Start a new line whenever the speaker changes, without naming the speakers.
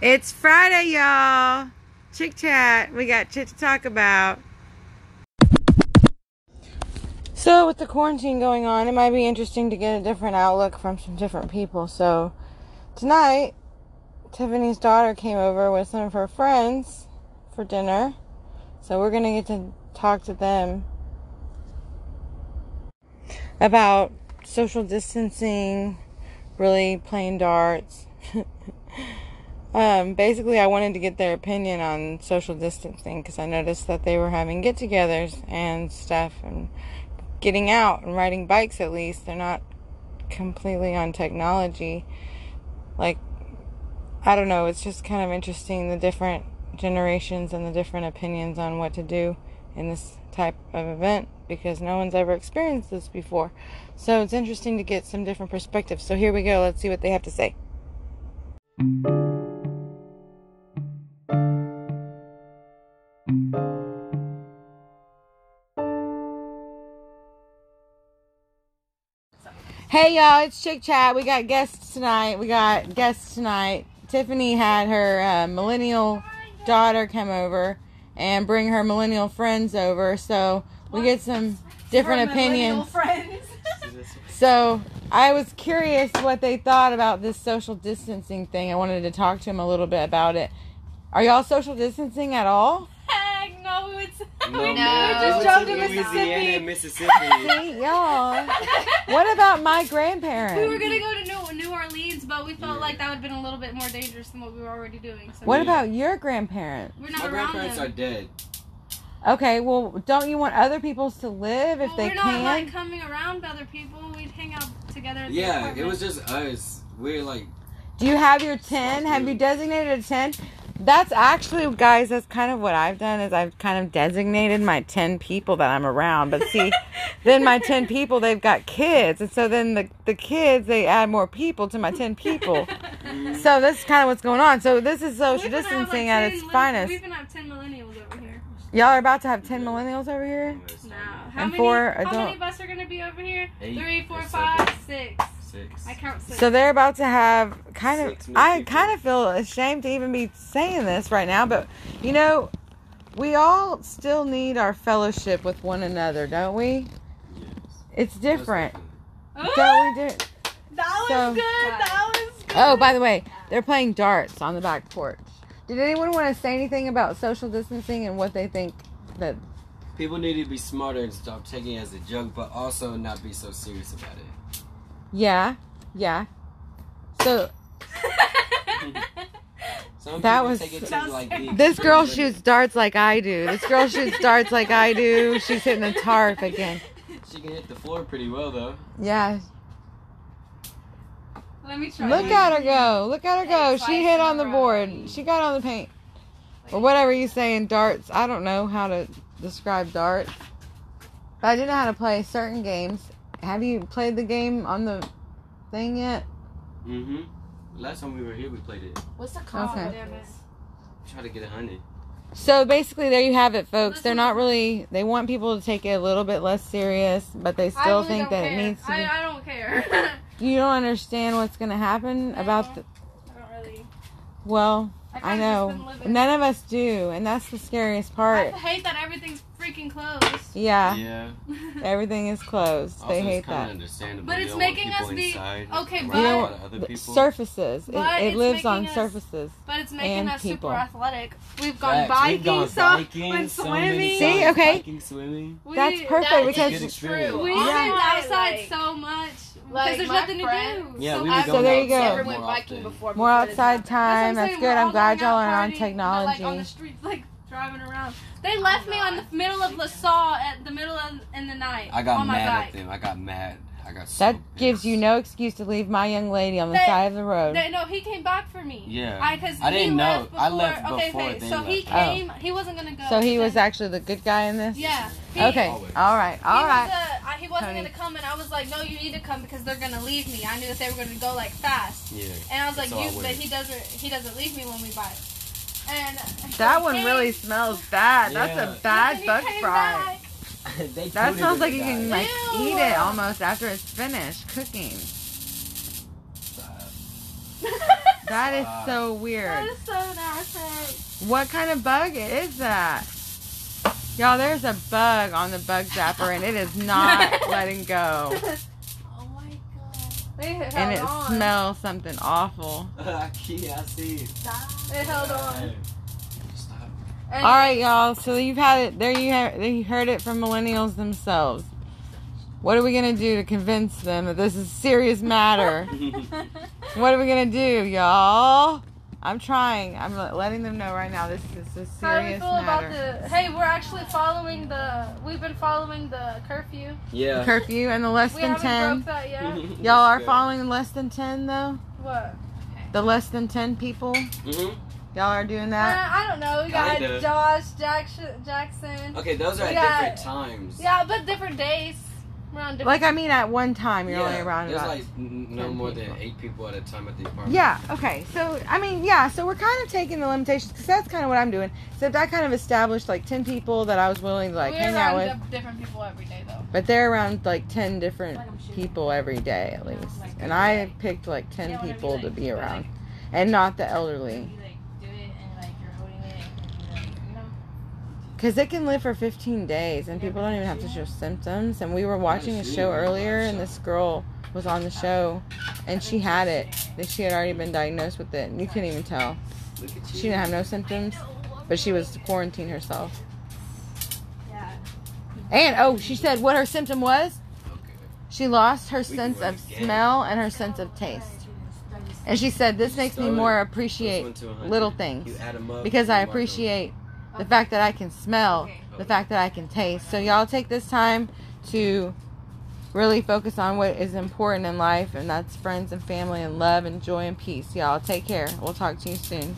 It's Friday, y'all. Chick chat. We got shit to talk about. So, with the quarantine going on, it might be interesting to get a different outlook from some different people. So, tonight, Tiffany's daughter came over with some of her friends for dinner. So, we're going to get to talk to them about social distancing, really playing darts. um, basically, I wanted to get their opinion on social distancing because I noticed that they were having get togethers and stuff and getting out and riding bikes at least. They're not completely on technology. Like, I don't know, it's just kind of interesting the different generations and the different opinions on what to do in this type of event because no one's ever experienced this before. So it's interesting to get some different perspectives. So here we go. Let's see what they have to say. Hey y'all, it's Chick Chat. We got guests tonight. We got guests tonight. Tiffany had her uh, millennial daughter come over and bring her millennial friends over. So we get some different opinions. So I was curious what they thought about this social distancing thing. I wanted to talk to them a little bit about it. Are y'all social distancing at all?
Heck no, it's
No,
we
man.
just
We
drove
went
to Mississippi.
Louisiana, Mississippi.
Hey, y'all. What about my grandparents?
We were gonna go to New, New Orleans, but we felt like that would have been a little bit more dangerous than what we were already doing. So
what about your grandparents?
we're
My
not around
grandparents are
them.
dead.
Okay, well, don't you want other people's to live if
well,
they
we're
can?
not like coming around with other people. We'd hang out together. At the
Yeah, it
apartment.
was just us. We're like,
Do you have your tin?
Fuck
Have
you.
you designated a tin? That's actually, guys, that's kind of what I've done is I've kind of designated my 10 people that I'm around. But see, then my 10 people, they've got kids. And so then the, the kids, they add more people to my 10 people. so that's kind of what's going on. So this is
We've
social
been out, like,
distancing
10
at its
millenn-
finest.
We even have ten millennials over here.
Y'all are about to have 10 millennials over here?
No, how
And
many?
four
how
adult-
many of us are gonna be over here?
Eight
Three, four,
or
five,
seven.
six.
six.
I count six.
So they're about to have kind
Six
of.
more
I
people.
kind of feel ashamed to even be saying this right now, but you know, we all still need our fellowship with one another, don't we?
Yes.
It's different.
Ooh,
Don't we do?
that was
so-
good. That was good.
Oh, by the way, they're playing darts on the back porch. Did anyone want to say anything about social distancing and what they think that?
People need to be smarter and stop taking it as a joke, but also not be so serious about it.
Yeah, yeah. So
Some
That
people
was-
take it
That's-
to like the
this girl
extreme
shoots darts like I do. This girl shoots darts like I do. She's hitting the tarp again.
limit. She can hit the floor pretty well though.
Yeah,
Let me try.
Look
it.
at her go. Look at her go.
Hey,
She
twice
hit
in
on
a
the
row.
board. She got on the paint. Or whatever you say in darts. I don't know how to describe darts. But I do know how to play certain games. Have you played the game on the thing yet?
Mm-hmm. Last time we were here, we played it.
What's the cost
Okay.
of this?
Try to get a hundred.
So basically, there you have it, folks. They're not really, they want people to take it a little bit less serious, but they
I
still
really
think
don't
that
care.
it needs to
I, I don't care.
be. You don't understand what's going to happen about the,
I don't really.
well,
kinda
I
just
know.
been living.
None of us do, and that's the scariest part.
I hate that everything's freaking closed.
Yeah.
yeah.
Everything is closed.
Also,
they
it's
hate
kinda
that.
Understandable.
But
You
it's
don't want
making
people
us be-
inside,
okay,
around
but-
a lot of other
The
people.
Surfaces. It,
But
it
it's
lives on
making us-
surfaces.
But it's making
And
us
people.
super athletic. We've gone
Facts. We've
biking,
gone
so
biking,
went
so
swimming.
many
See,
times
okay.
biking, swimming.
We,
That's perfect
that is
It's a good
because
experience.
true.
We
Yeah.
lived outside
Like-
so much because
like
there's
my
nothing
friend-
to do.
Yeah,
so
we
I-
were
So
going
there you go.
outside
Never
more
went biking
often.
before.
more
because of
outside
that.
that's what
time. That's
saying,
good.
we're
I'm
all
glad
going
y'all
out
are on
partying, but,
technology.
Like on the streets, like driving around. They left me on the middle of LaSalle at the middle of in the night
I got
on my
mad
bike.
at them. I got mad. I got so
Oh that gives
pissed.
you no excuse to leave my young lady on the
They-
side of the road.
They, no, he came back for me.
Yeah.
I because
I didn't
he
know.
Left before,
I left
okay,
before
okay.
they
so he
left.
Oh.
came. He wasn't gonna go.
so he was
then-
actually the good guy in this?
Yeah. He,
Okay.
Always.
All right.
He,
All right.
was, uh, I- he wasn't
Tony.
gonna come, and I was like, "No, you need to come because they're gonna leave me." I knew that they were gonna go like fast,
Yeah.
and I was like,
That's how I
"You, but
went.
he doesn't. He doesn't leave me when we bite." And
that
he
one
came,
really smells bad. That's
Yeah.
a
and
bad
he
buck
came
fry.
back.
They
That
booted
smells
the
like you can
guy.
like
Ew.
eat it almost after it's finished cooking. That is
Uh,
so weird.
That is so narcissistic.
What kind of bug is that? Y'all, there's a bug on the bug zapper and it is not letting go.
Oh my god. They held
And it
on.
smells something awful.
I see. it.
They held on.
Hey, Stop.
And
All right, y'all. So you've had it. There you have. You heard it from millennials themselves. What are we gonna do to convince them that this is a serious matter? what are we gonna do, y'all? I'm trying. I'm le- letting them know right now. This is a serious
How do we feel
matter.
about the? Hey, we're actually following the. We've been following the curfew.
Yeah.
curfew and the less
We
than
haven't
ten.
broke that yet.
Y'all are following the less than ten though.
what?
The less than ten people.
Mm-hmm.
Y'all are doing
Uh,
that.
I don't know. We got
Kinda.
Josh Jackson. Jackson.
Okay, those are at
Yeah.
different times.
Yeah, but different days. We're
Uh,
on different.
Like I mean, at one time you're
Yeah,
only around
There's
about
like n- no
10
more than
people.
eight people at a time at the apartment.
Yeah. Okay. So I mean, yeah. So we're kind of taking the limitations because that's kind of what I'm doing. Except I kind of established like ten people that I was willing to like
we're
hang
around
out with,
di- different people every day though.
but they're around like ten different
Like I'm shooting.
people every day at least,
Like
and
every
I
day.
picked like ten
Yeah, whenever you
people to
like,
be
but, like,
around, and not the
You
elderly
like do it and like you're holding it and you're like, you know,
because it can live for 15 days and
Yeah,
people
but
don't even have to
you
show symptoms. And we were watching a
she
show
was on
earlier,
the
and
show.
this girl was on the show, and she had it. That she had already been diagnosed with it, and you couldn't even tell.
Look at you.
She didn't have no symptoms. but she was quarantined herself.
yeah.
And oh, she said what her symptom was?
Okay.
She lost her
can
sense
run
of
again.
smell and her sense of taste. And she said, This makes me
Start
more
it. This
appreciate
one to a hundred.
little
You
things
add 'em up,
because
you
I
mark 'em.
appreciate the fact that I can smell,
Okay.
the fact that I can taste. So, y'all take this time to really focus on what is important in life, and that's friends and family and love and joy and peace. Y'all take care. We'll talk to you soon.